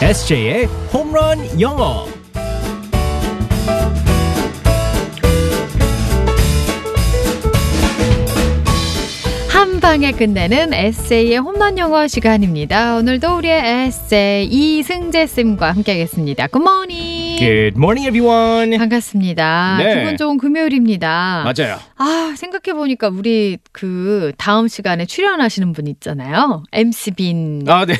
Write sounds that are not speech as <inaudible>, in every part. SJ의 홈런 영어. 한 방에 끝내는 에세이의 홈런 영어 시간입니다. 오늘도 우리의 에세이 이승재 쌤과 함께하겠습니다. 굿모닝. Good morning, everyone. 반갑습니다. 예. 네. 기분 좋은 금요일입니다. 맞아요. 아, 생각해보니까 우리 그 다음 시간에 출연하시는 분 있잖아요. MC빈. <laughs> 아, 네.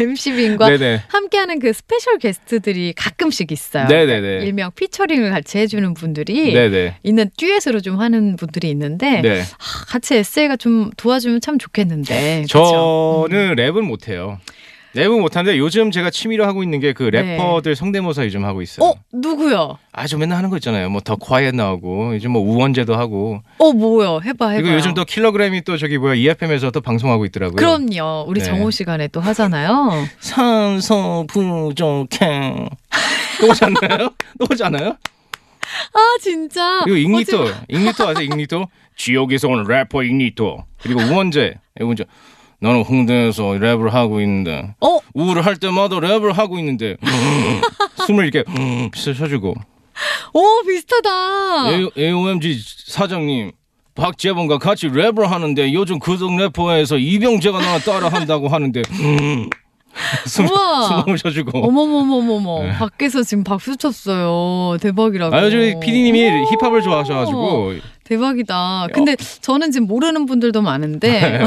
MC빈과 네네. 함께하는 그 스페셜 게스트들이 가끔씩 있어요. 네네네. 일명 피처링을 같이 해주는 분들이 네네. 있는 듀엣으로 좀 하는 분들이 있는데 네. 아, 같이 에세이가 좀 도와주면 참 좋겠는데. 그쵸? 음. 저는 랩은 못해요. 랩은 못하는데 요즘 제가 취미로 하고 있는 게 그 네. 래퍼들 성대모사 요즘 하고 있어요. 어 누구요? 아, 저 맨날 하는 거 있잖아요. 뭐 더 콰이엇 나오고 요즘 뭐 우원재도 하고 어 뭐요? 해봐 해봐. 그리고 요즘 또 킬로그램이 또 저기 뭐야 EFM에서 또 방송하고 있더라고요. 그럼요. 우리 네. 정오 시간에 <laughs> 또 하잖아요. 산소 부족해. 또오지 않나요? 또오지 않아요? 아 진짜. <laughs> 그리고 어, 익니토, 익니토 아세요? 익니토? 지옥에서 온 래퍼 익니토. 그리고 우원재, 우원재. 나는 홍대에서 랩을 하고 있는데 지금- 어 우를 할 때마다 랩을 하고 있는데 <laughs> 숨을 이렇게 음, 쉬어주고 오, 비슷하다. 예, AOMG 사장님 박재범과 같이 랩을 하는데 요즘 그동 래퍼에서 이병재가 나랑 따라 한다고 하는데 음. 숨, 우와. 숨을 쉬어주고 어머머머머머. 밖에서 지금 박수 쳤어요. 대박이라고. 네. 아 요즘 PD님이 오. 힙합을 좋아하셔가지고 대박이다. 근데 저는 지금 모르는 분들도 <laughs> 많은데 네.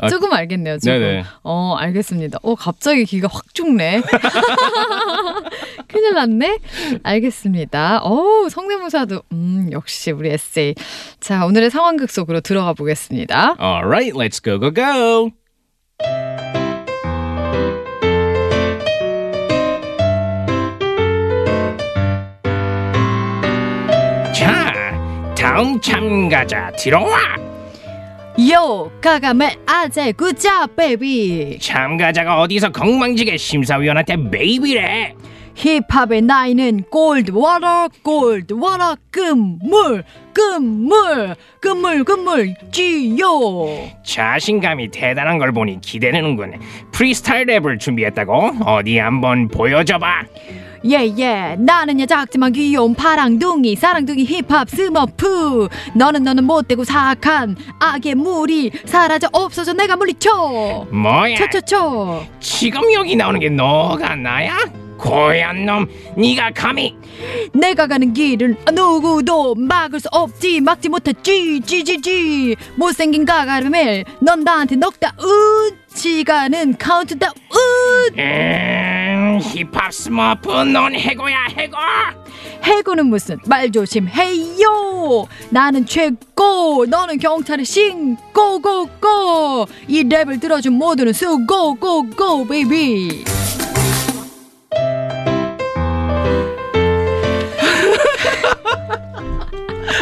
아, 조금 알겠네요. 지금. 네네. 어 알겠습니다. 어 갑자기 귀가 확 죽네. <laughs> 큰일 났네. 알겠습니다. 어 성대모사도 음 역시 우리 에세이. 자 오늘의 상황극 속으로 들어가 아. 보겠습니다. Alright, let's go go go. 자, 다음 참가자 들어와. 요 가가멜 아재 굿잡 베이비. 참가자가 어디서 건망지게 심사위원한테 메이비래. 힙합의 나이는 골드 워터 골드 워터 금물 금물 금물 금물 지요. 자신감이 대단한 걸 보니 기대되는군. 프리스타일 랩을 준비했다고? 어디 한번 보여줘봐. 예예 나는 여자지만 귀여운 파랑둥이 사랑둥이 힙합 스머프 너는 너는 못되고 사악한 악의 물이 사라져 없어져 내가 물리쳐 뭐야? 쳐쳐쳐 지금 여기 나오는 게 너가 나야? 고얀 놈, 네가 감히 내가 가는 길을 누구도 막을 수 없지 막지 못했지 지지지 못생긴 가가르멜 넌 나한테 넉다운 시간은 카운트다운 음, 힙합 스머프 넌 해고야 해고. 해고는 무슨 말 조심해요 나는 최고 너는 경찰의 신고고고 이 랩을 들어준 모두는 수고고고 베이비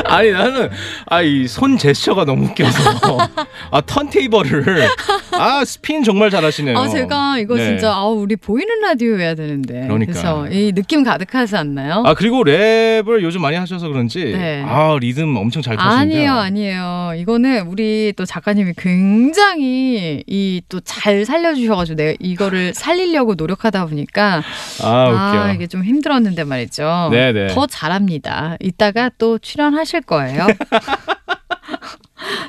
아니 나는 아 이 손 제스처가 너무 웃겨서 <laughs> 아 턴테이블을 아 스핀 정말 잘하시네요. 아 제가 이거 네. 진짜 아 우리 보이는 라디오 해야 되는데 그러니까. 그래서 이 느낌 가득하지 않나요? 아 그리고 랩을 요즘 많이 하셔서 그런지 네. 아 리듬 엄청 잘 타시는데요. 니에요 아니에요. 이거는 우리 또 작가님이 굉장히 이 또 잘 살려주셔가지고 내가 이거를 살리려고 노력하다 보니까 아 웃겨. 이게 좀 힘들었는데 말이죠. 네네. 더 잘합니다. 이따가 또 출연하실 거예요. <laughs>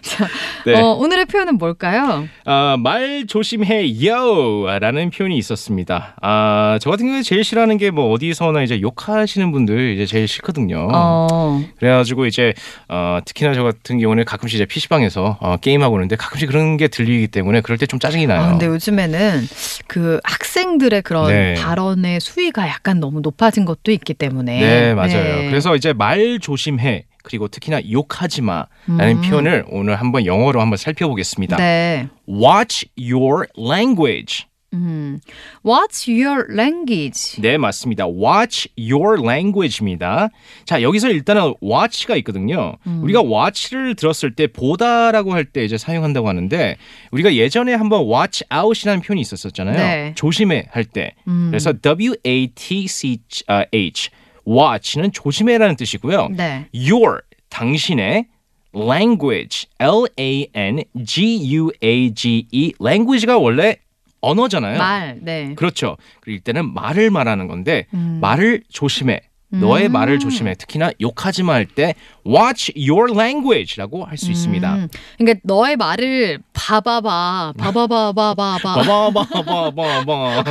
자, 네. 어, 오늘의 표현은 뭘까요? 아, 말 조심해요! 라는 표현이 있었습니다. 아, 저 같은 경우에 제일 싫어하는 게 뭐 어디서나 이제 욕하시는 분들 이제 제일 싫거든요. 어. 그래가지고 이제, 어, 특히나 저 같은 경우는 가끔씩 이제 PC방에서 어, 게임하고 있는데 가끔씩 그런 게 들리기 때문에 그럴 때 좀 짜증이 나요. 아, 근데 요즘에는 그 학생들의 그런 네. 발언의 수위가 약간 너무 높아진 것도 있기 때문에. 네, 맞아요. 네. 그래서 이제 말 조심해. 그리고 특히나 욕하지 마. 라는 음. 표현을 오늘 한번 영어로 한번 살펴보겠습니다. 네. Watch your language. 음. What's your language? 네, 맞습니다. Watch your language입니다. 자, 여기서 일단은 watch가 있거든요. 음. 우리가 watch를 들었을 때 보다라고 할 때 이제 사용한다고 하는데 우리가 예전에 한번 watch out이라는 표현이 있었었잖아요. 네. 조심해 할 때. 음. 그래서 W A T C H watch는 조심해라는 뜻이고요. 네. your 당신의 language L A N G U A G E language가 원래 언어잖아요. 말, 네. 그렇죠. 그리고 이때는 말을 말하는 건데 음. 말을 조심해. 너의 음. 말을 조심해. 특히나 욕하지 마 할 때 watch your language라고 할 수 있습니다. 음. 그러니까 너의 말을 봐봐봐, <laughs> 봐봐봐봐봐봐 <laughs> 바바바바바바.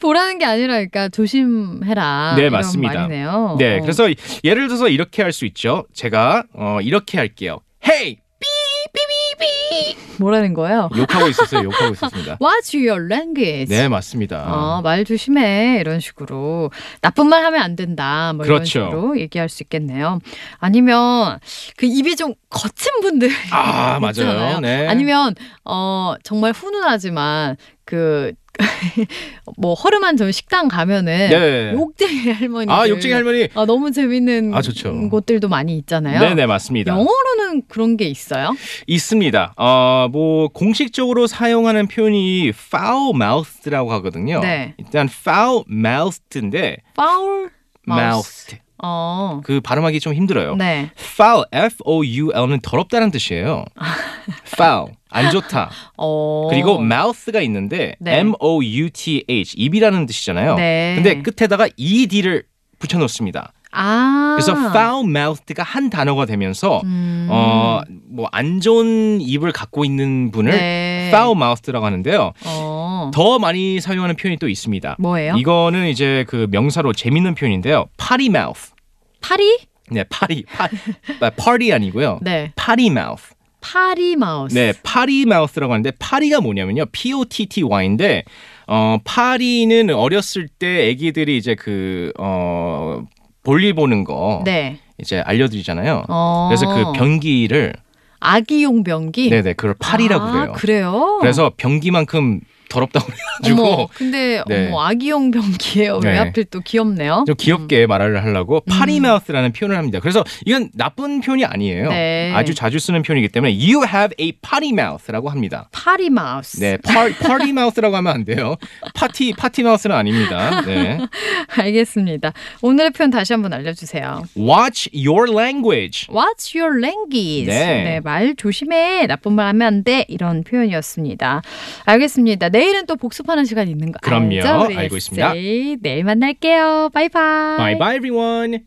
보라는 게 아니라, 그러니까 조심해라. 네, 이런 맞습니다. 말이네요. 네, 어. 그래서 예를 들어서 이렇게 할 수 있죠. 제가 어, 이렇게 할게요. Hey, 어, 뭐라는 거예요? 욕하고 있었어요. 욕하고 <laughs> 있었습니다. What's your language? 네, 맞습니다. 어, 말 조심해 이런 식으로 나쁜 말 하면 안 된다 뭐 이런 그렇죠. 식으로 얘기할 수 있겠네요. 아니면 그 입이 좀 거친 분들 아, 맞아요. 있잖아요. 네. 아니면 어 정말 훈훈하지만 그 <laughs> 뭐 허름한 좀 식당 가면은 네. 욕쟁이 할머니 아, 욕쟁이 할머니. 아 너무 재밌는 아, 좋죠. 곳들도 많이 있잖아요. 네, 네, 맞습니다. 영어로는 그런 게 있어요? 있습니다. 어, 뭐 공식적으로 사용하는 표현이 foul mouth라고 하거든요. 네. 일단 foul mouth인데 Foul mouth. mouth 어. 그 발음하기 좀 힘들어요. 네. foul f o u l는 더럽다는 뜻이에요. 아. foul 안 좋다. 어. 그리고 mouth가 있는데 네. m o u t h 입이라는 뜻이잖아요. 네. 근데 끝에다가 ed를 붙여 놓습니다. 아. 그래서 foul mouth가 한 단어가 되면서 음. 어, 뭐 안 좋은 입을 갖고 있는 분을 네. foul mouth라고 하는데요. 어. 더 많이 사용하는 표현이 또 있습니다. 뭐예요? 이거는 이제 그 명사로 재밌는 표현인데요. party mouth. 파리? 네, 파리, 파, <laughs> 아, party 아니고요. 네. party mouth. 파리 마우스. 네, party mouth라고 하는데 파리가 뭐냐면요. P O T T Y인데 어, 파리는 어렸을 때 아기들이 이제 그 어, 볼일 보는 거 네. 이제 알려드리잖아요. 어. 그래서 그 변기를 아기용 변기. 네네 그걸 파리라고 예. 아, 그래요. 그래요? 그래서 변기만큼 더럽다고 <laughs> 어머, 해가지고 근데 네. 어머, 아기용 변기예요. 왜 네. 하필 또 귀엽네요. 좀 귀엽게 말을 하려고 파리마우스라는 표현을 합니다. 그래서 이건 나쁜 표현이 아니에요. 네. 아주 자주 쓰는 표현이기 때문에 you have a party mouth라고 합니다. 파리 마우스. 네, 파, 파티 마우스라고 하면 안 돼요. 파티 파티 마우스는 아닙니다. 네. <laughs> 알겠습니다. 오늘의 표현 다시 한번 알려주세요. Watch your language. What's your language? 네. 말 조심해. 나쁜 말 하면 안 돼. 이런 표현이었습니다. 알겠습니다. 내일은 또 복습하는 시간 있는 거 그럼요. 알죠? 우리 알고 있습니다. 에세이. 내일 만날게요. 바이바이. Bye bye everyone.